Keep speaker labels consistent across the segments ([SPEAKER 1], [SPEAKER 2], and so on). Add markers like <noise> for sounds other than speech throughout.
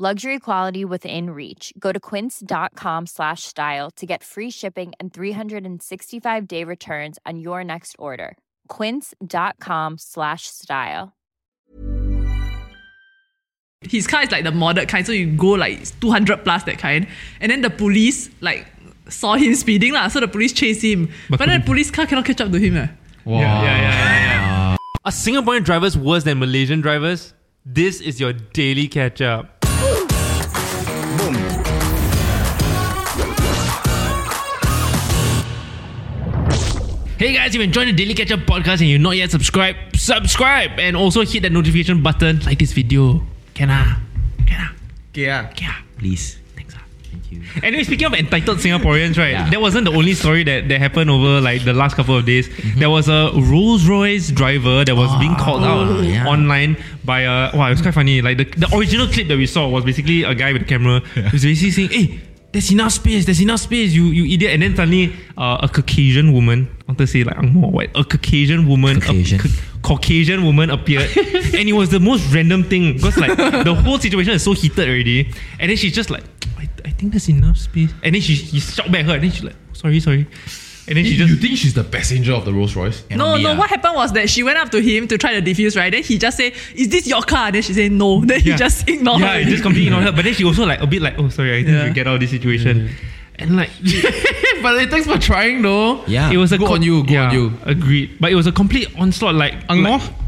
[SPEAKER 1] Luxury quality within reach. Go to quince.com slash style to get free shipping and 365 day returns on your next order. Quince.com slash style.
[SPEAKER 2] His car is like the modded kind, so you go like 200 plus that kind. And then the police like saw him speeding lah, so the police chase him. But,
[SPEAKER 3] But
[SPEAKER 2] then the
[SPEAKER 3] couldn't-
[SPEAKER 2] police car cannot catch up to him. Eh.
[SPEAKER 3] Wow.
[SPEAKER 4] Yeah, yeah, yeah, yeah,
[SPEAKER 3] Are Singaporean drivers worse than Malaysian drivers? This is your daily catch up.
[SPEAKER 4] Hey guys, if you're enjoying the Daily Catch Up podcast and you're not yet subscribed, subscribe and also hit that notification button. Like this video. Can I? Can I?
[SPEAKER 5] Yeah.
[SPEAKER 4] Can I? Please. Thanks. ah.
[SPEAKER 5] Thank you.
[SPEAKER 4] Anyway, speaking of entitled Singaporeans, right?
[SPEAKER 5] Yeah.
[SPEAKER 4] That wasn't the only story that, that happened over like the last couple of days.
[SPEAKER 5] Mm-hmm.
[SPEAKER 4] There was a Rolls Royce driver that was being called out
[SPEAKER 5] Ah, yeah.
[SPEAKER 4] online by a wow. It was quite funny. Like the, the original clip that we saw was basically a guy with a camera who's basically saying, "Hey, there's enough space. There's enough space. You you idiot!" And then suddenly, uh, a Caucasian woman. I want to say like Angmo or what? A Caucasian woman.
[SPEAKER 5] Caucasian.
[SPEAKER 4] A, Ca- Caucasian woman appeared, and it was the most random thing because like the whole situation is so heated already, and then she's just like, I, I think there's enough space, and then she he shout back her, and then she's like, sorry, sorry, and then she
[SPEAKER 6] You, you
[SPEAKER 4] just
[SPEAKER 5] <laughs>
[SPEAKER 6] think she's the passenger of the Rolls Royce?
[SPEAKER 2] No,
[SPEAKER 4] ah.
[SPEAKER 2] no, what happened was that she went up to him to try to defuse, right? Then he just said, Is this your car? Then she said, No. <laughs> Then he
[SPEAKER 4] Yeah.
[SPEAKER 2] just ignored
[SPEAKER 4] yeah,
[SPEAKER 2] her.
[SPEAKER 4] just completely ignored her, but then she also like a bit like, oh sorry, I think
[SPEAKER 2] Yeah.
[SPEAKER 4] we get out of this situation, and like <laughs>
[SPEAKER 6] but it thanks for trying though.
[SPEAKER 5] Yeah.
[SPEAKER 4] it was a
[SPEAKER 6] Go Ah. on you, go on you.
[SPEAKER 4] agreed, but it was a complete onslaught like like- <laughs>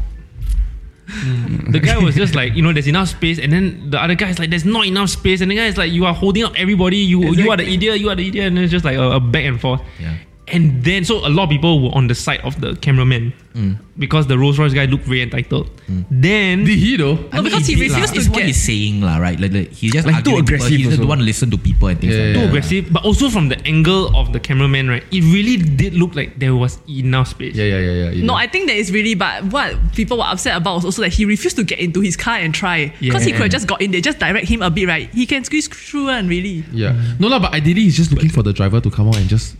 [SPEAKER 4] The guy was just like, you know, there's enough space, and then the other guy is like, there's not enough space, and the guy is like, you are holding up everybody, you you are the idiot, you are the idiot, and it's just like a, a back and forth.
[SPEAKER 5] Yeah.
[SPEAKER 4] And then, so a lot of people were on the side of the cameraman
[SPEAKER 6] Mm.
[SPEAKER 4] because the Rolls Royce guy looked very entitled. Then,
[SPEAKER 6] Did he though?
[SPEAKER 2] No, because he refused
[SPEAKER 5] it's
[SPEAKER 2] to
[SPEAKER 5] what
[SPEAKER 2] get.
[SPEAKER 5] he's saying, lah, right? Like, like he's just
[SPEAKER 6] Like, too
[SPEAKER 5] arguing with people.
[SPEAKER 6] aggressive
[SPEAKER 5] He doesn't
[SPEAKER 6] also.
[SPEAKER 5] want to listen to people and things
[SPEAKER 6] Yeah,
[SPEAKER 5] like
[SPEAKER 6] yeah,
[SPEAKER 5] that.
[SPEAKER 4] too aggressive, but also from the angle of the cameraman, right? It really did look like there was enough space.
[SPEAKER 6] Yeah, yeah, yeah, yeah. you
[SPEAKER 2] No,
[SPEAKER 6] know.
[SPEAKER 2] I think that is really, but what people were upset about was also that he refused to get into his car and try. Because he
[SPEAKER 4] Yeah.
[SPEAKER 2] could have just got in there, just direct him a bit, right? He can squeeze through and really.
[SPEAKER 6] Yeah. No lah, but ideally he's just looking for the driver to come out and just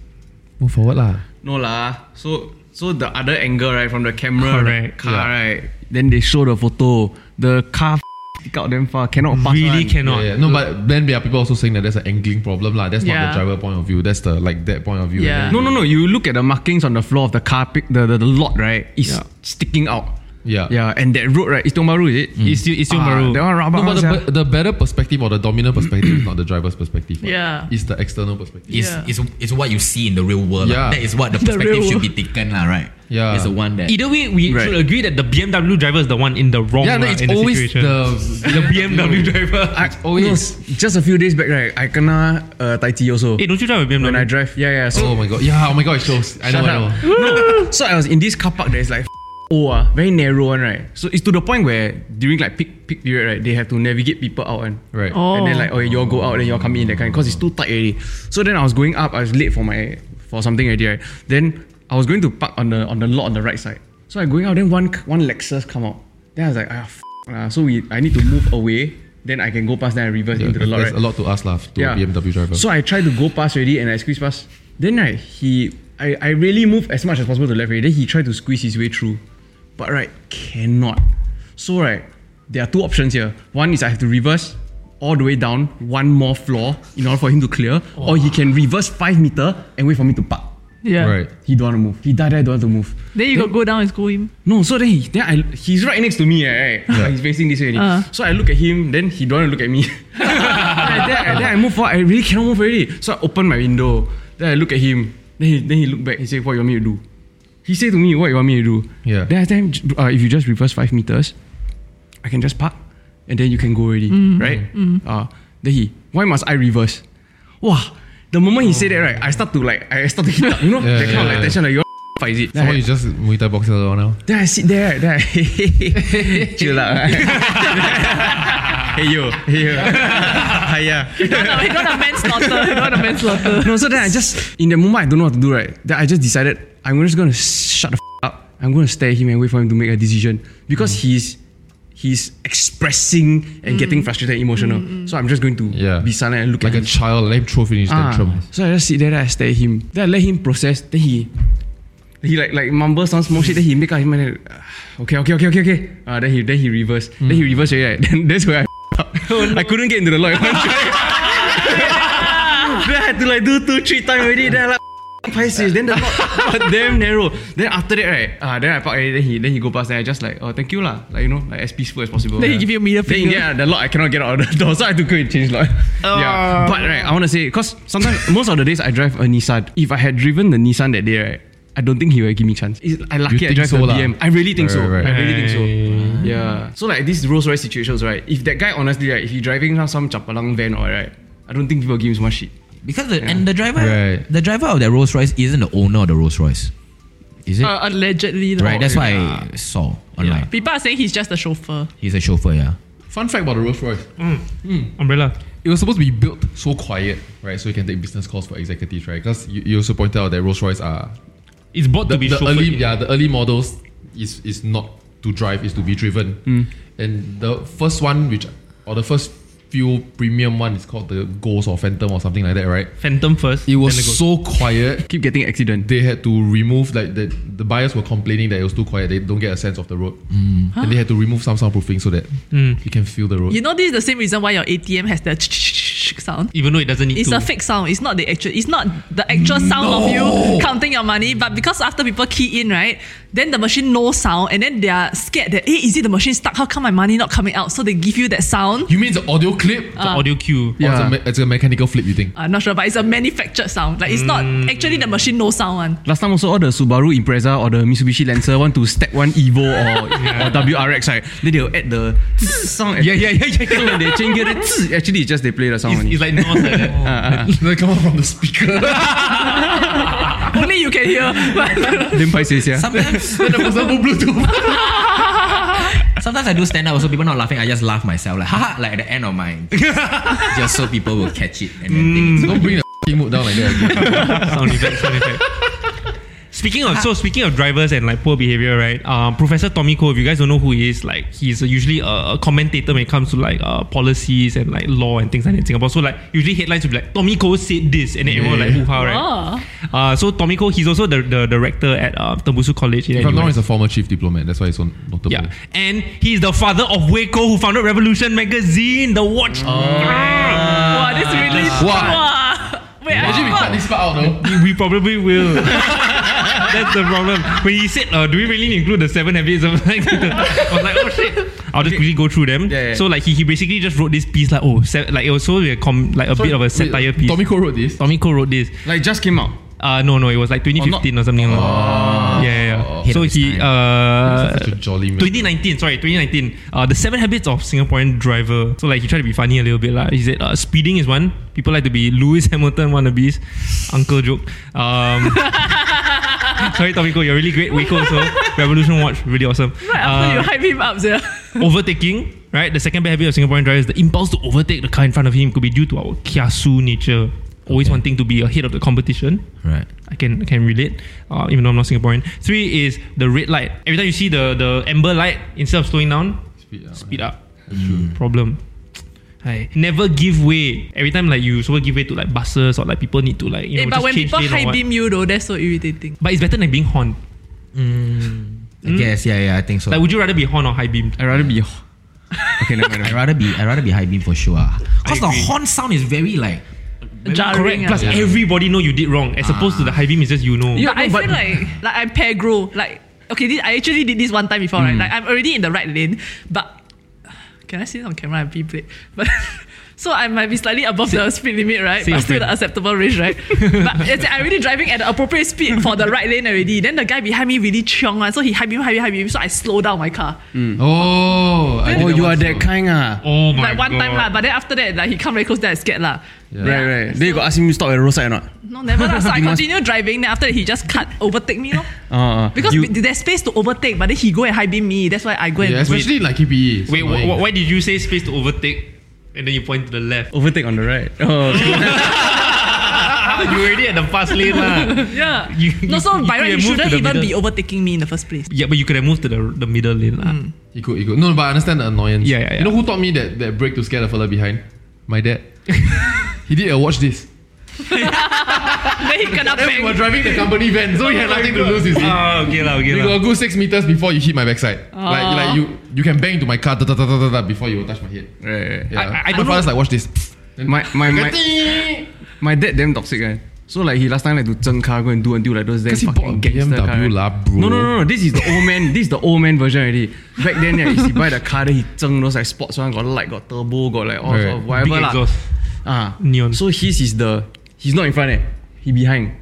[SPEAKER 6] move forward lah.
[SPEAKER 7] No lah. So so the other angle right from the camera
[SPEAKER 4] Correct,
[SPEAKER 7] the car right. Then they show the photo. The car <laughs> f- stick out damn far. Cannot pass.
[SPEAKER 4] Really
[SPEAKER 7] one.
[SPEAKER 4] cannot.
[SPEAKER 6] Yeah, yeah. No, but then there are people also saying that that's an angling problem lah. That's
[SPEAKER 2] Yeah.
[SPEAKER 6] not the driver point of view. That's the like that point of view.
[SPEAKER 2] Yeah.
[SPEAKER 7] No no no. You look at the markings on the floor of the car. Pic, the, the the lot right is
[SPEAKER 4] Yeah.
[SPEAKER 7] sticking out.
[SPEAKER 6] Yeah.
[SPEAKER 7] Yeah. And that road right is Tiong is it?
[SPEAKER 4] It's still, it's still Maru.
[SPEAKER 7] That one
[SPEAKER 6] No,
[SPEAKER 7] rabak.
[SPEAKER 6] but
[SPEAKER 7] one,
[SPEAKER 6] the,
[SPEAKER 7] sia.
[SPEAKER 6] be- the better perspective or the dominant perspective is not the driver's perspective. right?
[SPEAKER 2] Yeah.
[SPEAKER 6] It's the external perspective.
[SPEAKER 5] It's,
[SPEAKER 2] Yeah.
[SPEAKER 5] it's, it's what you see in the real world. lah.
[SPEAKER 6] Yeah.
[SPEAKER 5] That is what the
[SPEAKER 2] The real
[SPEAKER 5] perspective should be taken, lah, right?
[SPEAKER 6] Yeah.
[SPEAKER 5] It's the one that.
[SPEAKER 4] Either way, we
[SPEAKER 7] Right.
[SPEAKER 4] should agree that the BMW driver is the one in the wrong.
[SPEAKER 6] Yeah, no,
[SPEAKER 4] lah,
[SPEAKER 6] it's
[SPEAKER 4] in the
[SPEAKER 6] always
[SPEAKER 4] situation.
[SPEAKER 6] the
[SPEAKER 4] <laughs> the BMW
[SPEAKER 6] <laughs>
[SPEAKER 4] driver.
[SPEAKER 7] I,
[SPEAKER 6] always-
[SPEAKER 7] no, just a few days back right. I kena uh, tai chi also.
[SPEAKER 4] Hey, don't you drive a BMW?
[SPEAKER 7] when I drive. Yeah yeah. So
[SPEAKER 6] Oh my god. Yeah, oh my god, it shows. I know,
[SPEAKER 7] Shut
[SPEAKER 6] I know.
[SPEAKER 7] up. No, so I was in this car park that is like <laughs> oh ah, very narrow one right. So it's to the point where during like peak peak period right, they have to navigate people out and
[SPEAKER 6] Right.
[SPEAKER 2] Oh.
[SPEAKER 7] and then like oh y'all go out then y'all come in that kind because it's too tight already. So then I was going up, I was late for my for something already right. Then I was going to park on the on the lot on the right side. So I going out then one one Lexus come out. Then I was like ah f- lah. so we I need to move away. Then I can go past then I reverse
[SPEAKER 6] Yeah,
[SPEAKER 7] into the lot
[SPEAKER 6] there's a
[SPEAKER 7] right.
[SPEAKER 6] lot to ask lah to a BMW driver.
[SPEAKER 7] So I tried to go past already and I squeeze past. Then right, he I, I really move as much as possible to the left already. Then he tried to squeeze his way through. But right, cannot. So right, there are two options here. One is I have to reverse all the way down one more floor in order for him to clear. Or he can reverse five meter and wait for me to park.
[SPEAKER 2] Yeah.
[SPEAKER 6] right.
[SPEAKER 7] He don't want to move. He die there, don't want to move.
[SPEAKER 2] Then you could go down and scold him.
[SPEAKER 7] No, so then he then I he's right next to me, eh, right? Like, he's facing this way.
[SPEAKER 2] Uh.
[SPEAKER 7] already. So I look at him, then he don't want to look at me. <laughs> then, I, then I- then I move forward. I really cannot move already. So I open my window. Then I look at him. Then he then he look back. He say, "What you want me to do?" He said to me, "What you want me to do?"
[SPEAKER 6] Yeah.
[SPEAKER 7] Then I tell him, "J- uh, "If you just reverse five meters, I can just park, and then you can go already, right?" Uh, then he, "Why must I reverse?" Wow. The moment he said that, right, I start to like I start to heat up. You know,
[SPEAKER 6] Yeah,
[SPEAKER 7] that kind of
[SPEAKER 6] yeah,
[SPEAKER 7] like
[SPEAKER 6] yeah.
[SPEAKER 7] tension. Like you fight <laughs> is it? Then
[SPEAKER 6] Someone
[SPEAKER 7] I-
[SPEAKER 6] is just Muay Thai boxer now.
[SPEAKER 7] then I sit there, then <laughs> I chill out. hey yo, hey yo. higher.
[SPEAKER 2] don't want a- you don't want a manslaughter. You don't want a manslaughter.
[SPEAKER 7] No, so then I just in the moment I don't know what to do, right? Then I just decided I'm just gonna shut the f- up. I'm gonna stare at him and wait for him to make a decision
[SPEAKER 6] Mm.
[SPEAKER 7] because he's he's expressing and getting frustrated, and emotional. So I'm just going to
[SPEAKER 6] Yeah.
[SPEAKER 7] be silent and look
[SPEAKER 6] Like a
[SPEAKER 7] at him.
[SPEAKER 6] child, let him throw finish
[SPEAKER 7] Ah,
[SPEAKER 6] tantrum.
[SPEAKER 7] So I just sit there, then I stare at him. Then I let him process. Then he he like like mumbles some small shit. Then he make up his mind. and, ah, Okay, okay, okay, okay, okay. Uh, then he then he reverse.
[SPEAKER 2] Hmm.
[SPEAKER 7] Then he reverse already. Right? <laughs> Then that's where I up.
[SPEAKER 2] Oh,
[SPEAKER 7] I couldn't get into the
[SPEAKER 2] <laughs>
[SPEAKER 7] <laughs> log. at one try. then I had to like do two three times already. Then I like. <laughs> Pisces, then the lot lot <laughs> damn narrow. Then after that, right? Ah, then I park already, then he then he go past and I just like, oh thank you lah, like you know, like as peaceful as possible.
[SPEAKER 2] Then he
[SPEAKER 7] Yeah.
[SPEAKER 2] give you a middle
[SPEAKER 7] Then in
[SPEAKER 2] finger.
[SPEAKER 7] the end, the lock I cannot get out of the <laughs> door, so I had to go and change lock. Yeah, but right, I want to say because sometimes <laughs> most of the days I drive a Nissan. If I had driven the Nissan that day, right, I don't think he would give me chance. It's, I lucky I
[SPEAKER 6] think
[SPEAKER 7] drive
[SPEAKER 6] so
[SPEAKER 7] the
[SPEAKER 6] lah?
[SPEAKER 7] BM. I really think so.
[SPEAKER 6] Right, right,
[SPEAKER 7] I really think so. Yeah. So like these Rolls Royce situations, right? If that guy honestly, right, if he driving now some chapalang van or right, I don't think people give him so much shit.
[SPEAKER 5] Because the and the driver
[SPEAKER 6] Right.
[SPEAKER 5] the driver of that Rolls Royce isn't the owner of the Rolls Royce. Is it?
[SPEAKER 2] Uh, allegedly, lah.
[SPEAKER 5] right, that's what I saw online.
[SPEAKER 2] People are saying he's just a chauffeur.
[SPEAKER 5] He's a chauffeur, yeah.
[SPEAKER 6] Fun fact about the Rolls Royce.
[SPEAKER 4] Umbrella.
[SPEAKER 6] It was supposed to be built so quiet, right? So you can take business calls for executives, right? Because you, you also pointed out that Rolls Royce are
[SPEAKER 4] It's bought
[SPEAKER 6] the,
[SPEAKER 4] to be
[SPEAKER 6] the
[SPEAKER 4] chauffeured
[SPEAKER 6] early
[SPEAKER 4] in.
[SPEAKER 6] yeah the early models is is not to drive is to be driven and the first one which or the first few premium one is called the ghost or phantom or something like that right
[SPEAKER 4] Phantom first.
[SPEAKER 6] it was
[SPEAKER 4] then the Ghost.
[SPEAKER 6] so quiet
[SPEAKER 7] Keep getting accident.
[SPEAKER 6] they had to remove like the, the buyers were complaining that it was too quiet they don't get a sense of the road and they had to remove some soundproofing so that you can feel the road
[SPEAKER 2] You know, this is the same reason why your ATM has the ch-ch-ch-ch sound.
[SPEAKER 4] even though it doesn't need
[SPEAKER 2] It's
[SPEAKER 4] to.
[SPEAKER 2] a fake sound. It's not the actual. It's not the actual sound of you counting your money. But because after people key in, right, then the machine no sound, and then they are scared that hey, is it the machine stuck? How come my money not coming out? So they give you that sound.
[SPEAKER 6] you mean the audio clip
[SPEAKER 4] the audio cue.
[SPEAKER 6] Or it's, a
[SPEAKER 7] Yeah.
[SPEAKER 6] me- it's a mechanical flip you
[SPEAKER 2] <laughs>
[SPEAKER 6] think
[SPEAKER 2] I'm not sure, but it's a manufactured sound. Like it's not
[SPEAKER 4] Mm.
[SPEAKER 2] actually the machine no sound one.
[SPEAKER 7] Last time also all the Subaru Impreza or the Mitsubishi Lancer want to stack one Evo <laughs> or, or WRX right? Then they'll add the <laughs> song. Yeah, yeah, yeah,
[SPEAKER 6] <laughs>
[SPEAKER 7] yeah. So when they change gear, then <laughs> actually it's just they play the song.
[SPEAKER 4] It's,
[SPEAKER 7] only.
[SPEAKER 4] it's like noise like
[SPEAKER 6] <laughs> Uh,
[SPEAKER 4] that. <laughs>
[SPEAKER 6] they come out from the speaker <laughs>
[SPEAKER 2] Only you can hear. But
[SPEAKER 7] Damn paiseh sia.
[SPEAKER 5] Sometimes
[SPEAKER 6] <laughs> then the person put bluetooth
[SPEAKER 5] sometimes I do stand up, so people not laughing. I just laugh myself, like haha, like at the end of
[SPEAKER 7] <laughs>
[SPEAKER 5] my just so people will catch it and then
[SPEAKER 7] Mm.
[SPEAKER 5] think it's
[SPEAKER 6] don't bring the f***ing mood down like that again.
[SPEAKER 4] sound effect, sound effect. Speaking of so, speaking of drivers and like poor behavior, right? Um, Professor Tommy Koh, if you guys don't know who he is, like he's usually a, a commentator when it comes to like uh, policies and like law and things like that in Singapore. So like usually headlines will be like Tommy Koh said this, and then everyone like hoo ha,
[SPEAKER 2] Oh.
[SPEAKER 4] right? Uh, so Tommy Koh, he's also the, the director at uh, Tembusu College. In
[SPEAKER 6] If I'm
[SPEAKER 4] NUS.
[SPEAKER 6] not wrong, he's a former chief diplomat. That's why he's so notable.
[SPEAKER 4] Yeah, and he's the father of Waco, who founded Revolution Magazine, the watch.
[SPEAKER 6] Oh.
[SPEAKER 2] wow, this really. Wow. Wait,
[SPEAKER 6] Actually, we
[SPEAKER 2] I
[SPEAKER 6] cut this part out though.
[SPEAKER 4] We probably will. <laughs> That's the problem. When he said, uh, "Do we really include the seven habits?" of like, <laughs> I was like, "Oh shit!" I'll just quickly go through them.
[SPEAKER 7] Yeah, yeah.
[SPEAKER 4] So like he, he basically just wrote this piece like oh se- like it was so like, com- like a bit of a satire piece.
[SPEAKER 6] Tommy Koh wrote this.
[SPEAKER 4] Tommy Koh wrote this.
[SPEAKER 7] Like just came out.
[SPEAKER 4] Uh, no no it was like 2015 or something. like that. Yeah, yeah yeah.
[SPEAKER 5] Hit
[SPEAKER 4] So
[SPEAKER 5] this
[SPEAKER 4] he
[SPEAKER 5] time.
[SPEAKER 4] uh.
[SPEAKER 6] Such a jolly man.
[SPEAKER 4] 2019, sorry, 2019. Uh, the seven habits of Singaporean driver. So like he tried to be funny a little bit lah. He said uh, speeding is one. People like to be Lewis Hamilton wannabes. Uncle joke. Um, <laughs> sorry, Tomiko, you're really great. Waco also. Revolution watch, really awesome.
[SPEAKER 2] after you
[SPEAKER 4] Uh,
[SPEAKER 2] hype him up, sia.
[SPEAKER 4] overtaking, right? The second bad habit of Singaporean drivers, the impulse to overtake the car in front of him could be due to our kiasu nature. Always
[SPEAKER 5] Okay.
[SPEAKER 4] wanting to be ahead of the competition.
[SPEAKER 5] Right.
[SPEAKER 4] I can I can relate, uh, even though I'm not Singaporean. Three is the red light. Every time you see the the amber light, instead of slowing down,
[SPEAKER 6] Speed up.
[SPEAKER 4] speed up. Problem. I never give way. Every time like you so give way to like buses or like people need to like you know
[SPEAKER 2] Eh, but
[SPEAKER 4] just
[SPEAKER 2] when
[SPEAKER 4] change
[SPEAKER 2] people
[SPEAKER 4] lane or
[SPEAKER 2] high
[SPEAKER 4] what.
[SPEAKER 2] beam you though, that's so irritating.
[SPEAKER 4] But it's better than being horn.
[SPEAKER 7] Mm.
[SPEAKER 5] I guess, yeah, yeah, I think so.
[SPEAKER 4] Like, would you rather be horn or high beamed?
[SPEAKER 7] I'd rather be. Okay, never mind.
[SPEAKER 5] I'd rather be I'd rather be high beam for sure. Because the horn sound is very like
[SPEAKER 2] Jarring,
[SPEAKER 4] Correct.
[SPEAKER 2] ah.
[SPEAKER 4] Plus, everybody know you did wrong, as opposed to the high beam is just you know.
[SPEAKER 2] but I feel like like I pair grow like okay. This, I actually did this one time before,
[SPEAKER 4] Mm.
[SPEAKER 2] right? Like I'm already in the right lane, but can I see it on camera? and be played, but. <laughs> So I might be slightly above the speed limit, right? But
[SPEAKER 4] say your
[SPEAKER 2] still the
[SPEAKER 4] friend.
[SPEAKER 2] acceptable range,
[SPEAKER 4] <laughs>
[SPEAKER 2] right? but it's, I'm already driving at the appropriate speed for the right lane already. Then the guy behind me really chiong, one, so he high beam, high beam, high beam. So I slow down my car.
[SPEAKER 6] Oh, I did
[SPEAKER 7] Oh, you are
[SPEAKER 6] once
[SPEAKER 7] that
[SPEAKER 6] too.
[SPEAKER 7] kind ah.
[SPEAKER 4] oh
[SPEAKER 2] like
[SPEAKER 4] my
[SPEAKER 2] one
[SPEAKER 4] god.
[SPEAKER 2] time lah. But then after that, like he come very close, then I scared lah.
[SPEAKER 7] Right, right. Then you got ask him to stop at the roadside or not?
[SPEAKER 2] No, never lah. So I
[SPEAKER 7] You must-
[SPEAKER 2] continue driving. Then after that, he just cut overtake me, lor.
[SPEAKER 7] Uh,
[SPEAKER 2] Because
[SPEAKER 7] you,
[SPEAKER 2] b- there's space to overtake, but then he go and high beam me. That's why I go and
[SPEAKER 6] Yeah, especially like E. KPE.
[SPEAKER 4] Wait, wh- wh- why did you say space to overtake? and then you point to the left.
[SPEAKER 7] Overtake on the right. <laughs> Oh, okay.
[SPEAKER 4] <laughs> you already at the fast lane lah.
[SPEAKER 2] <laughs> Yeah.
[SPEAKER 4] You-
[SPEAKER 2] no, so
[SPEAKER 4] you-
[SPEAKER 2] by right,
[SPEAKER 4] you
[SPEAKER 2] you
[SPEAKER 4] moved to
[SPEAKER 2] shouldn't
[SPEAKER 4] the
[SPEAKER 2] even be
[SPEAKER 4] middle.
[SPEAKER 2] overtaking me in the first place.
[SPEAKER 4] Yeah, but you could have moved to the, the middle lane lah.
[SPEAKER 2] Hmm.
[SPEAKER 6] He could, he could. No, but I understand the annoyance.
[SPEAKER 4] Yeah, yeah,
[SPEAKER 6] You know
[SPEAKER 4] yeah.
[SPEAKER 6] who taught me that, that break to scare the fella behind?
[SPEAKER 4] <laughs>
[SPEAKER 6] My dad. he did a watch this.
[SPEAKER 2] <laughs> Then he kena
[SPEAKER 6] Then we were
[SPEAKER 2] bang.
[SPEAKER 6] driving the company van, so he had nothing to lose, you see.
[SPEAKER 4] Ah, okay lah, okay
[SPEAKER 6] You
[SPEAKER 4] lah.
[SPEAKER 6] got a good six meters before you hit my backside. Like, like you, you can bang into my car da, da, da, da, da, da, before you touch my head.
[SPEAKER 7] right, right.
[SPEAKER 6] Yeah.
[SPEAKER 4] I- I- I don't
[SPEAKER 6] My father's like, watch this.
[SPEAKER 7] My my my, my dad damn toxic eh. So like he last time like to zheng car go and do until like those damn
[SPEAKER 6] Because he bought a
[SPEAKER 7] fucking gangster car.
[SPEAKER 6] BMW
[SPEAKER 7] right?
[SPEAKER 6] lah, bro.
[SPEAKER 7] No, no, no, no. This is the old man. This is the old man version already. Back then, yeah, is he buy the car, then he zheng those like sports one, got light, got turbo, got like all
[SPEAKER 6] Right.
[SPEAKER 7] sort of whatever
[SPEAKER 4] Big
[SPEAKER 7] lah.
[SPEAKER 4] exhaust.
[SPEAKER 7] Ah,
[SPEAKER 4] Neon.
[SPEAKER 7] So his is the he's not in front eh, he behind.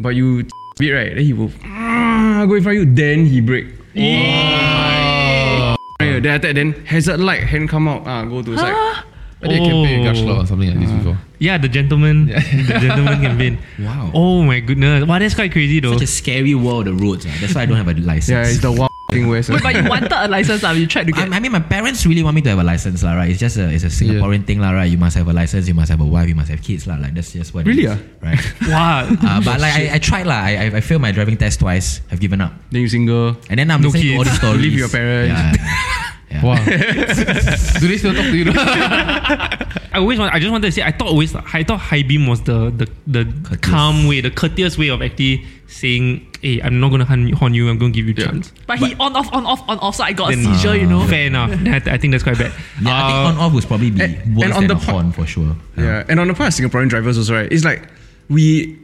[SPEAKER 7] But you <laughs> bit right, then he will ah, go in front of you, then he break.
[SPEAKER 2] Oh
[SPEAKER 7] <laughs> Right, then after that, then hazard light, hand come out, ah, go to the side.
[SPEAKER 6] I did a campaign with Gashla or something
[SPEAKER 4] Ah.
[SPEAKER 6] like this before.
[SPEAKER 4] Yeah, the gentleman, <laughs> the gentleman campaign.
[SPEAKER 5] Wow.
[SPEAKER 4] Oh my goodness. Wow, that's quite crazy though.
[SPEAKER 5] Such a scary world, the roads. ah. That's why I don't have a license.
[SPEAKER 7] Yeah, it's the wild <laughs> thing where.
[SPEAKER 2] But you wanted a license, ah, you tried to get.
[SPEAKER 5] I, I mean, my parents really want me to have a license, lah, right? It's just a, it's a Singaporean thing, lah, right? You must have a license, you must have a wife, you must have kids, lah. Like that's just what. it is,
[SPEAKER 7] Really, ah?
[SPEAKER 5] Right.
[SPEAKER 4] <laughs> wow.
[SPEAKER 7] <laughs>
[SPEAKER 5] uh, but like I, I tried, lah. I, I I failed my driving test twice. I've given up,
[SPEAKER 7] Then you single.
[SPEAKER 5] and then I'm
[SPEAKER 4] No
[SPEAKER 5] listening to all
[SPEAKER 4] kids.
[SPEAKER 5] these
[SPEAKER 7] <laughs>
[SPEAKER 5] stories.
[SPEAKER 7] Live with your parents.
[SPEAKER 5] Yeah, yeah, yeah.
[SPEAKER 7] <laughs>
[SPEAKER 6] Wow. Do they still talk
[SPEAKER 4] <laughs>
[SPEAKER 6] to you?
[SPEAKER 4] I always want, I just wanted to say I thought always I thought high beam was the the, the
[SPEAKER 5] Courteous.
[SPEAKER 4] calm way, the courteous way of actually saying, Hey, I'm not gonna hun- horn you, I'm gonna give you a chance.
[SPEAKER 2] But he on off, on off, on off, so I got a
[SPEAKER 4] Then- uh,
[SPEAKER 2] seizure, you know.
[SPEAKER 4] Fair enough. I, I think that's quite bad.
[SPEAKER 5] Yeah, I think
[SPEAKER 4] Uh,
[SPEAKER 5] on off would probably be
[SPEAKER 7] and- and
[SPEAKER 5] worse
[SPEAKER 7] on
[SPEAKER 5] than
[SPEAKER 7] the
[SPEAKER 5] a
[SPEAKER 7] po-
[SPEAKER 5] horn for sure.
[SPEAKER 7] Yeah, and on the part of Singaporean drivers also, right? It's like we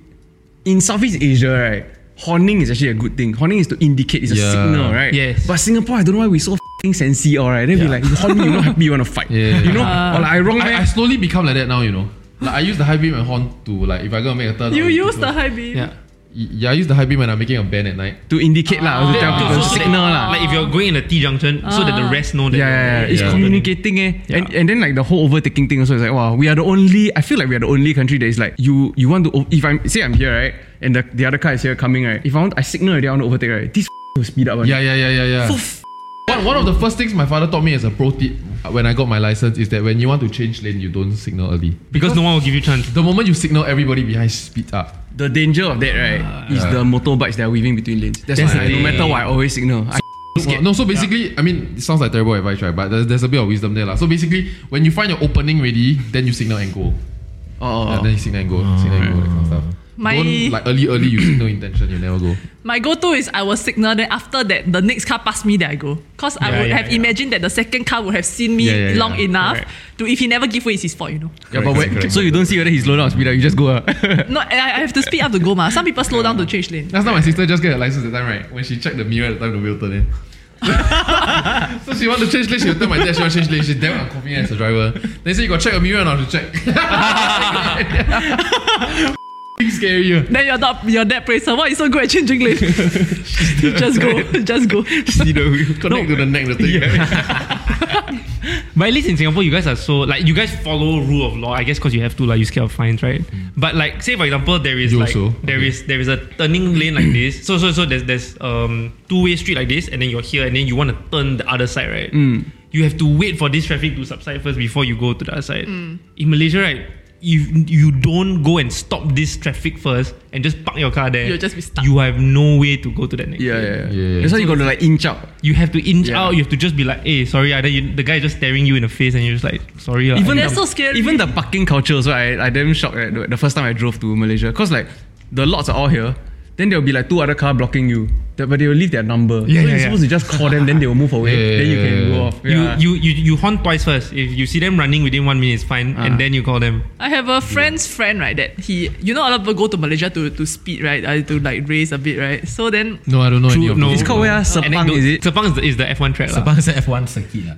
[SPEAKER 7] in Southeast Asia, right? Horning is actually a good thing. Horning is to indicate it's a
[SPEAKER 6] Yeah.
[SPEAKER 7] signal, right?
[SPEAKER 4] Yes.
[SPEAKER 7] But Singapore, I don't know why we so <laughs> fing sensy, all right? Then we like, you horn me, you not happy, you want to fight.
[SPEAKER 6] Yeah.
[SPEAKER 7] You know?
[SPEAKER 2] Uh,
[SPEAKER 7] or like, I wrong
[SPEAKER 6] I, I
[SPEAKER 7] man.
[SPEAKER 6] slowly become like that now, you know. Like I use the high beam and horn to like if I gonna make a turn.
[SPEAKER 2] You
[SPEAKER 6] I'll-
[SPEAKER 2] use the high beam.
[SPEAKER 4] yeah.
[SPEAKER 6] Yeah, I use the high beam when I'm making a bend at night.
[SPEAKER 7] To indicate, lah, or to tell
[SPEAKER 4] Yeah.
[SPEAKER 7] people,
[SPEAKER 4] So- so
[SPEAKER 7] signal,
[SPEAKER 4] like-
[SPEAKER 7] lah.
[SPEAKER 4] Like if you're going in a T junction, so that the
[SPEAKER 2] Ah.
[SPEAKER 4] rest know that.
[SPEAKER 7] yeah, yeah, yeah.
[SPEAKER 4] you're-
[SPEAKER 7] It's
[SPEAKER 6] Yeah.
[SPEAKER 7] communicating, eh? And, and then like the whole overtaking thing also is like, wow, we are the only. I feel like we are the only country that is like, you you want to o- if I'm say I'm here right, and the, the other car is here coming right. If I want, I signal already, I want to overtake right. This <laughs> will speed up. one.
[SPEAKER 6] Yeah, yeah, yeah, yeah, yeah. one, one of the first things my father taught me as a pro tip when I got my license is that when you want to change lane, you don't signal early.
[SPEAKER 4] Because no one will give you chance.
[SPEAKER 6] The moment you signal, everybody behind speed up.
[SPEAKER 7] The danger of that right is the motorbikes that are weaving between lanes. That's,
[SPEAKER 6] Ah. That's
[SPEAKER 7] why
[SPEAKER 6] the
[SPEAKER 7] no
[SPEAKER 6] thing.
[SPEAKER 7] matter what, I always signal. I
[SPEAKER 6] Well, no, so basically, I mean, it sounds like terrible advice, right? But there's, there's a bit of wisdom there, lah. So basically, when you find your opening ready, then you signal and go. Yeah,
[SPEAKER 7] oh,
[SPEAKER 6] then you signal and go, signal and go, that kind of stuff.
[SPEAKER 2] My-
[SPEAKER 6] Don't like early, early. You signal intention, you never go.
[SPEAKER 2] My go-to is I will signal. Then after that, the next car pass me, then I go. Cause I
[SPEAKER 4] Yeah,
[SPEAKER 2] would
[SPEAKER 4] yeah,
[SPEAKER 2] have
[SPEAKER 4] yeah.
[SPEAKER 2] imagined that the second car would have seen me
[SPEAKER 6] Yeah, yeah,
[SPEAKER 2] long
[SPEAKER 6] yeah.
[SPEAKER 2] enough
[SPEAKER 4] Correct.
[SPEAKER 2] to if he never give way, it's his fault, you know.
[SPEAKER 7] yeah, but
[SPEAKER 6] Correct,
[SPEAKER 7] when,
[SPEAKER 6] correct.
[SPEAKER 7] so you don't see whether he's slow down or speed up. You just go.
[SPEAKER 6] <laughs>
[SPEAKER 7] ah.
[SPEAKER 2] No, and I, I have to speed up to go, ma. Some people slow down to change lane.
[SPEAKER 6] Last time my sister just get her license that time, right? When she checked the mirror at the time, the
[SPEAKER 4] <laughs>
[SPEAKER 6] wheel turned in. so she want to change lane, she will tell my dad she want to change lane. She's damn unconfident as a driver. They say you got check a mirror and I'll
[SPEAKER 4] <laughs>
[SPEAKER 6] check. F***ing scary.
[SPEAKER 4] <laughs>
[SPEAKER 6] yeah.
[SPEAKER 2] Then you're not your dad praise her. Why you so good at changing lane? <laughs> just go, <laughs> just go.
[SPEAKER 6] Connect to the neck, the thing.
[SPEAKER 4] But at least in Singapore, you guys are so like you guys follow rule of law. I guess because you have to like you scared of fines, right? But like say for example, there is
[SPEAKER 6] You
[SPEAKER 4] like
[SPEAKER 6] also.
[SPEAKER 4] there is- there is a turning lane like this. So so so there's there's um two way street like this, and then you're here, and then you want to turn the other side, right? You have to wait for this traffic to subside first before you go to the other side.
[SPEAKER 2] Mm.
[SPEAKER 4] In Malaysia, right? If you don't go and stop this traffic first and just park your car there,
[SPEAKER 2] You'll just be stuck.
[SPEAKER 4] You have no way to go to that next.
[SPEAKER 7] yeah,
[SPEAKER 4] lane.
[SPEAKER 7] yeah, yeah,
[SPEAKER 6] Yeah, yeah.
[SPEAKER 7] That's why you got to like inch out.
[SPEAKER 4] You have to inch
[SPEAKER 7] Yeah.
[SPEAKER 4] out. You have to just be like, "Hey, sorry." ah." Then you, the guy is just staring you in the face, and you're just like, "Sorry." ah."
[SPEAKER 7] even
[SPEAKER 2] That's so
[SPEAKER 7] the,
[SPEAKER 2] scary.
[SPEAKER 7] Even the parking culture, so I I damn shocked at the, the first time I drove to Malaysia because like the lots are all here. Then there will be like two other car blocking you, They- but they will leave their
[SPEAKER 4] Yeah,
[SPEAKER 7] number. so
[SPEAKER 4] yeah,
[SPEAKER 7] you're
[SPEAKER 4] yeah.
[SPEAKER 7] supposed to just call them, then they will move
[SPEAKER 4] <laughs>
[SPEAKER 7] away.
[SPEAKER 6] Yeah,
[SPEAKER 7] then you can
[SPEAKER 6] yeah,
[SPEAKER 7] go
[SPEAKER 6] yeah.
[SPEAKER 7] off. Yeah.
[SPEAKER 4] You, you you you horn twice first. If you see them running within one minute, it's fine,
[SPEAKER 7] Ah.
[SPEAKER 4] and then you call them.
[SPEAKER 2] I have a friend's friend, right? That he, you know, a lot of people go to Malaysia to, to speed, right? uh, To like race a bit, right? So then
[SPEAKER 6] No, I don't know any of
[SPEAKER 4] no.
[SPEAKER 6] those.
[SPEAKER 7] it's called where ah,
[SPEAKER 4] And then
[SPEAKER 7] Sepang
[SPEAKER 4] those-
[SPEAKER 7] is it?
[SPEAKER 4] Sepang is the, is the F1 track. lah.
[SPEAKER 5] Sepang is a F1 circuit, lah.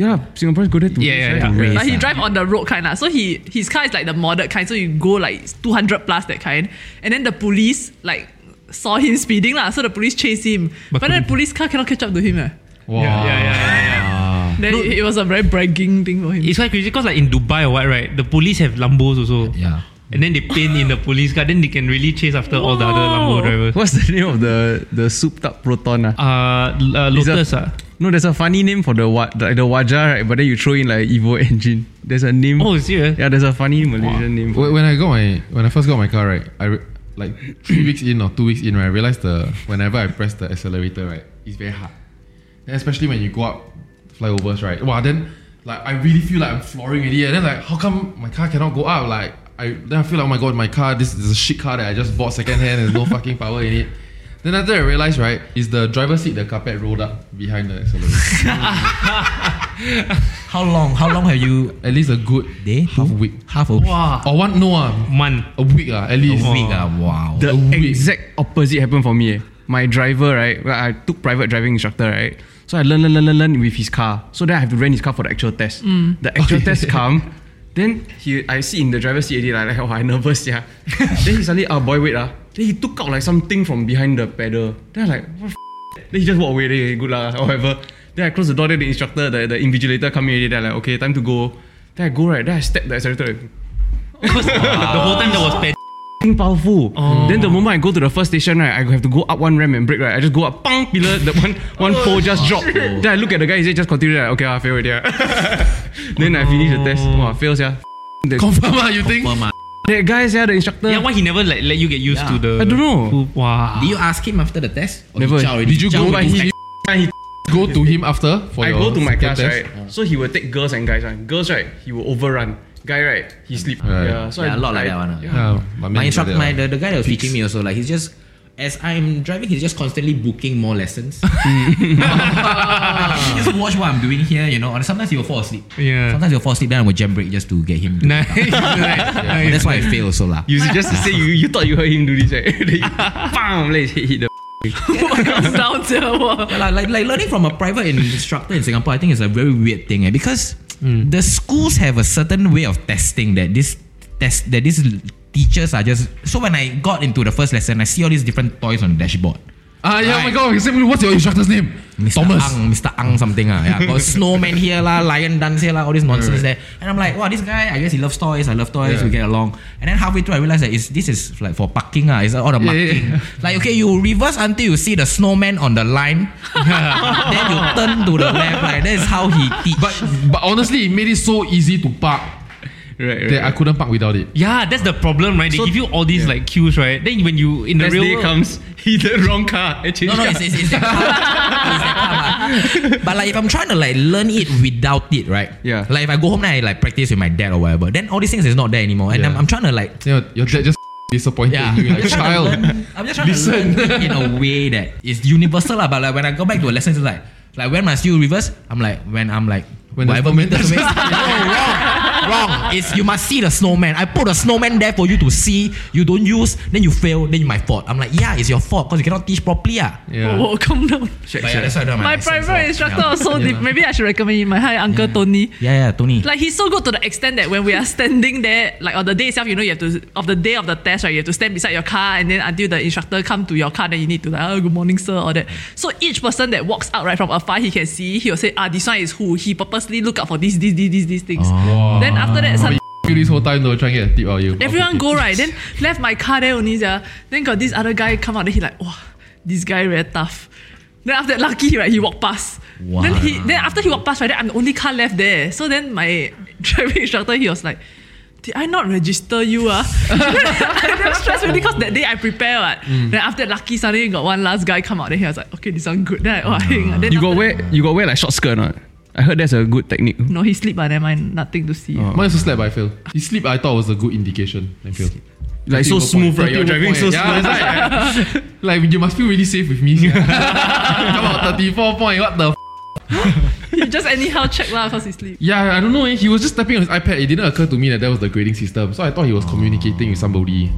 [SPEAKER 7] Yeah, Singaporeans go there to
[SPEAKER 4] Yeah, yeah, yeah.
[SPEAKER 7] to race.
[SPEAKER 2] Like he
[SPEAKER 5] ah.
[SPEAKER 2] drive on the road kind lah. So he his car is like the modded kind. So you go like 200 plus that kind. And then the police like saw him speeding lah. So the police chase him. But,
[SPEAKER 4] But
[SPEAKER 2] then the
[SPEAKER 4] couldn't-
[SPEAKER 2] police car cannot catch up to him. Eh.
[SPEAKER 4] Yeah,
[SPEAKER 6] Wow.
[SPEAKER 4] yeah, yeah, yeah, yeah.
[SPEAKER 2] Then it, it was a very bragging thing for him.
[SPEAKER 4] It's quite crazy because like in Dubai or what, right? The police have Lambos also.
[SPEAKER 5] Yeah.
[SPEAKER 4] And then they paint in the police car. Then they can really chase after all the
[SPEAKER 2] Wow.
[SPEAKER 4] other
[SPEAKER 7] <laughs>
[SPEAKER 4] Lambo drivers.
[SPEAKER 7] What's the name of the the souped up proton? ah?
[SPEAKER 4] Uh, l- uh
[SPEAKER 7] It's a-
[SPEAKER 4] Lotus ah.
[SPEAKER 7] No, there's a funny name for the wa- the, the wajah, right? But then you throw in like Evo engine. There's a name.
[SPEAKER 4] Oh, serious?
[SPEAKER 7] yeah, there's a funny Malaysian name.
[SPEAKER 6] Wh-
[SPEAKER 7] for
[SPEAKER 6] When I got my when I first got my car, right, I re- like three weeks in or two weeks in, right, I realized the whenever I press the accelerator, right, it's very hard. Then especially when you go up flyovers, right, wow, then like I really feel like I'm flooring already. And then like, how come my car cannot go up? Like I then I feel like oh my god, my car, this is a shit car that I just bought secondhand and no fucking power in it. Then after I realized, right, is the driver's seat the carpet rolled up behind the accelerator.
[SPEAKER 5] <laughs> How long? How long have you?
[SPEAKER 6] At least a good
[SPEAKER 5] Day?
[SPEAKER 6] half a week.
[SPEAKER 5] Half a week.
[SPEAKER 6] Or one no ah,
[SPEAKER 4] Month.
[SPEAKER 6] a week ah, at
[SPEAKER 5] A
[SPEAKER 6] least.
[SPEAKER 5] week.
[SPEAKER 6] <laughs>
[SPEAKER 5] ah, wow.
[SPEAKER 7] The
[SPEAKER 6] A week.
[SPEAKER 7] exact opposite happened for me. eh. My driver, right? Well, I took private driving instructor, right? So I learn, learn, learn, learn, learn with his car. So then I have to rent his car for the actual test. The actual test come, then he, I sit in the driver's seat already, like, like, oh, I nervous, yeah. <laughs> then he suddenly, ah, boy, wait, ah. Then he took out like something from behind the pedal. Then I like, what the f-? Then he just walked away, then he, good lah, or whatever. Then I close the door, then the instructor, the, the invigilator come in already, then I like, okay, time to go. Then I go, right? Then I step the accelerator, like,
[SPEAKER 4] <laughs> The whole time that was bad.
[SPEAKER 7] fucking powerful.
[SPEAKER 6] Oh.
[SPEAKER 7] Then the moment I go to the first station, right, I have to go up one ramp and brake, right? I just go up, pang, pillar, the one one
[SPEAKER 6] Oh,
[SPEAKER 7] pole just drop. Then I look at the guy, he said, just continue that. Okay, I fail already. ah." <laughs> then I finish
[SPEAKER 6] Oh.
[SPEAKER 7] the test. Wow, fails, yeah. The,
[SPEAKER 6] Confirm ah, you think?
[SPEAKER 5] Confirm, ah.
[SPEAKER 7] that guy, yeah, the instructor.
[SPEAKER 4] Yeah, why he never like, let you get used
[SPEAKER 5] Yeah.
[SPEAKER 4] to the.
[SPEAKER 7] I don't know.
[SPEAKER 4] Who- Wow.
[SPEAKER 5] Did you ask him after the test? Or
[SPEAKER 7] Never.
[SPEAKER 5] He zao already?
[SPEAKER 6] Did you
[SPEAKER 5] Zao
[SPEAKER 6] go
[SPEAKER 7] But
[SPEAKER 5] already?
[SPEAKER 7] he, he
[SPEAKER 6] go to him after for
[SPEAKER 7] I
[SPEAKER 6] your
[SPEAKER 7] go to my
[SPEAKER 6] second
[SPEAKER 7] class,
[SPEAKER 6] test?
[SPEAKER 7] right? So he will take girls and guys, right? Girls, right? He will overrun. Guy, right? He sleep.
[SPEAKER 6] Right.
[SPEAKER 7] Yeah, so
[SPEAKER 5] Yeah,
[SPEAKER 7] I,
[SPEAKER 5] a lot like
[SPEAKER 7] I-
[SPEAKER 5] that one. ah.
[SPEAKER 6] Yeah, but
[SPEAKER 5] My
[SPEAKER 6] maybe
[SPEAKER 5] instructor,
[SPEAKER 6] like
[SPEAKER 5] my
[SPEAKER 6] that
[SPEAKER 5] the, the guy that was teaching me also, like he's just as I'm driving, he's just constantly booking more
[SPEAKER 7] <laughs>
[SPEAKER 5] lessons.
[SPEAKER 7] Hmm.
[SPEAKER 5] he <laughs> just watch what I'm doing here, you know. And sometimes he will fall asleep.
[SPEAKER 4] Yeah.
[SPEAKER 7] <laughs>
[SPEAKER 5] Sometimes he'll fall asleep, then I will jam brake just to get him.
[SPEAKER 4] <laughs>
[SPEAKER 5] To
[SPEAKER 4] Nice.
[SPEAKER 5] But
[SPEAKER 4] Nice.
[SPEAKER 5] that's why I fail also lah.
[SPEAKER 7] You just say you, you thought you heard him do this, right? <laughs> Then
[SPEAKER 6] <laughs>
[SPEAKER 7] you, bam, let hit, hit the.
[SPEAKER 2] Sound terrible.
[SPEAKER 5] Yeah, like, like, like learning from a private in- instructor in Singapore, I think is a very weird thing eh, because the schools have a certain way of testing that this test that these l- teachers are just. So when I got into the first lesson, I see all these different toys on the dashboard.
[SPEAKER 6] Ah, yeah, oh my
[SPEAKER 5] Right.
[SPEAKER 6] god, same- what's your instructor's name?
[SPEAKER 5] Mr.
[SPEAKER 6] Thomas.
[SPEAKER 5] Ang, Mr. Ang something ah. Yeah, got snowman here lah, lion dance here lah, all this nonsense there. And I'm like, wow, this guy, I guess he loves toys. I love toys.
[SPEAKER 6] Yeah.
[SPEAKER 5] We get along. And then halfway through, I realized that it's, this is like for parking ah. It's all the
[SPEAKER 6] Yeah, yeah,
[SPEAKER 5] marking. Like okay, you reverse until you see the snowman on the line. <laughs> then you turn to the left. Like that is how he teach.
[SPEAKER 6] But but honestly, it made it so easy to park
[SPEAKER 7] Right, right.
[SPEAKER 6] that I couldn't park without it.
[SPEAKER 4] Yeah, that's the problem, right? They give you all these like cues, right? Then when you in the
[SPEAKER 7] Next
[SPEAKER 4] real
[SPEAKER 7] day
[SPEAKER 4] world,
[SPEAKER 7] comes, he the wrong car. I
[SPEAKER 5] no,
[SPEAKER 7] changed
[SPEAKER 5] no,
[SPEAKER 7] car.
[SPEAKER 5] it's, it's,
[SPEAKER 6] <laughs>
[SPEAKER 5] it's that car. It's that car, but, but like if I'm trying to like learn it without it, right?
[SPEAKER 7] Yeah.
[SPEAKER 5] Like if I go home and I like practice with my dad or whatever, then all these things is not there anymore. And
[SPEAKER 6] Yeah.
[SPEAKER 5] I'm, I'm trying to like
[SPEAKER 6] You know, your dad just <laughs> disappointed
[SPEAKER 5] Yeah.
[SPEAKER 6] you
[SPEAKER 5] <laughs>
[SPEAKER 6] like child.
[SPEAKER 5] I'm just trying to learn it in a way that is universal lah. But like when I go back to a lesson, it's like like when must you reverse? I'm like when I'm like
[SPEAKER 6] When the
[SPEAKER 5] whatever
[SPEAKER 6] snowman
[SPEAKER 5] meter <laughs>
[SPEAKER 6] does-
[SPEAKER 5] makes- no, wrong, wrong. It's you must see the snowman. I put a snowman there for you to see. You don't use, then you fail, then you my fault. I'm like yeah, it's your fault because you cannot teach properly ah.
[SPEAKER 6] Yeah.
[SPEAKER 2] Whoa, calm Oh, down.
[SPEAKER 5] But yeah, that's why I don't have
[SPEAKER 2] My
[SPEAKER 5] license
[SPEAKER 2] private
[SPEAKER 5] lah.
[SPEAKER 2] instructor
[SPEAKER 5] Yeah.
[SPEAKER 2] was so deep. Maybe I should recommend him. My hi, Uncle
[SPEAKER 5] Yeah.
[SPEAKER 2] Tony.
[SPEAKER 5] Yeah, yeah, Tony.
[SPEAKER 2] Like he's so good to the extent that when we are standing there, like on the day itself, you know, you have to of the day of the test, right? You have to stand beside your car, and then until the instructor come to your car, then you need to like, oh, good morning, sir, or that. So each person that walks out right from afar, he can see. He will say, ah, this one is who. He purposely look out for these, these, these, these, these things.
[SPEAKER 5] Oh.
[SPEAKER 2] Then after that, some,
[SPEAKER 6] You this whole time though, trying to get a tip out of you.
[SPEAKER 2] everyone go right. Then left my car there only, yeah. Then got this other guy come out, then he like, wow, this guy very tough. Then after that, lucky right, he walked past.
[SPEAKER 5] Wow.
[SPEAKER 2] Then he then after he walked past, right, then I'm the only car left there. So then my <laughs> driving instructor, he was like, did I not register you? Ah? <laughs> I damn stressed really because that day I prepare what. Then after that, lucky suddenly got one last guy come out. Then he was like, okay, this one good. Then I, oh, I hang. on. Then
[SPEAKER 7] You
[SPEAKER 2] after
[SPEAKER 7] got
[SPEAKER 2] that-
[SPEAKER 7] wear you got wear like short skirt or not? I heard that's a good <laughs> technique.
[SPEAKER 2] No, he sleep, but never mind, nothing to see.
[SPEAKER 6] Mine also slept, but I failed. He sleep I thought was a good indication. I failed.
[SPEAKER 7] Like so smooth, right? You're driving so smooth.
[SPEAKER 6] Yeah, that's right. <laughs> like you must feel really safe with me.
[SPEAKER 7] <laughs>
[SPEAKER 6] sia. Come out 34 point, what the
[SPEAKER 2] <laughs>
[SPEAKER 6] f-?
[SPEAKER 2] he just anyhow check lah because he sleep.
[SPEAKER 6] Yeah, I don't know. Eh. He was just tapping on his iPad. It didn't occur to me that that was the grading system. So I thought he was communicating with somebody.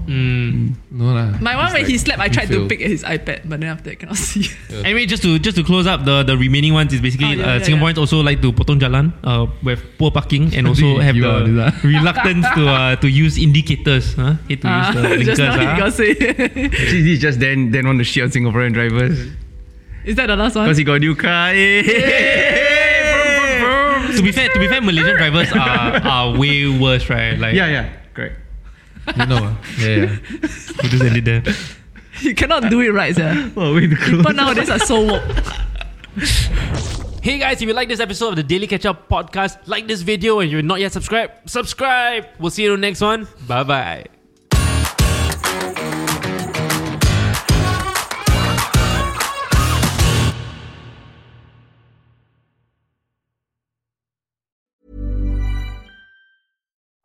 [SPEAKER 6] No lah.
[SPEAKER 2] My one when he slept, I
[SPEAKER 6] you
[SPEAKER 2] tried to
[SPEAKER 6] failed.
[SPEAKER 2] pick at his iPad, but then after that, cannot <laughs> see.
[SPEAKER 4] Anyway, just to just to close up the the remaining ones is
[SPEAKER 2] Oh,
[SPEAKER 4] basically
[SPEAKER 2] yeah,
[SPEAKER 4] uh,
[SPEAKER 2] yeah,
[SPEAKER 4] Singaporeans also like to potong jalan uh, with poor parking and
[SPEAKER 7] <laughs>
[SPEAKER 4] also have
[SPEAKER 6] You are this
[SPEAKER 4] the
[SPEAKER 6] ah.
[SPEAKER 4] reluctance to uh, to use indicators. Huh? Hate to
[SPEAKER 2] Ah,
[SPEAKER 4] use the
[SPEAKER 2] <laughs> just now he got
[SPEAKER 4] blinkers.
[SPEAKER 2] say.
[SPEAKER 7] Actually, this is just then then want to shit on Singaporean drivers
[SPEAKER 2] <laughs> Is that the last one?
[SPEAKER 7] because he got a new car. <laughs> eh.
[SPEAKER 4] ah. To be fair, to be fair, Malaysian drivers are, are way worse, right? Like
[SPEAKER 7] Yeah, yeah, correct.
[SPEAKER 6] You know. ah. Yeah, yeah.
[SPEAKER 4] we just ended there.
[SPEAKER 2] You cannot do it right, sir.
[SPEAKER 7] Oh, way to close.
[SPEAKER 2] But nowadays are so woke.
[SPEAKER 3] Hey guys, if you like this episode of the Daily Catch Up podcast, like this video and you're not yet subscribed, subscribe. We'll see you in the next one. Bye bye.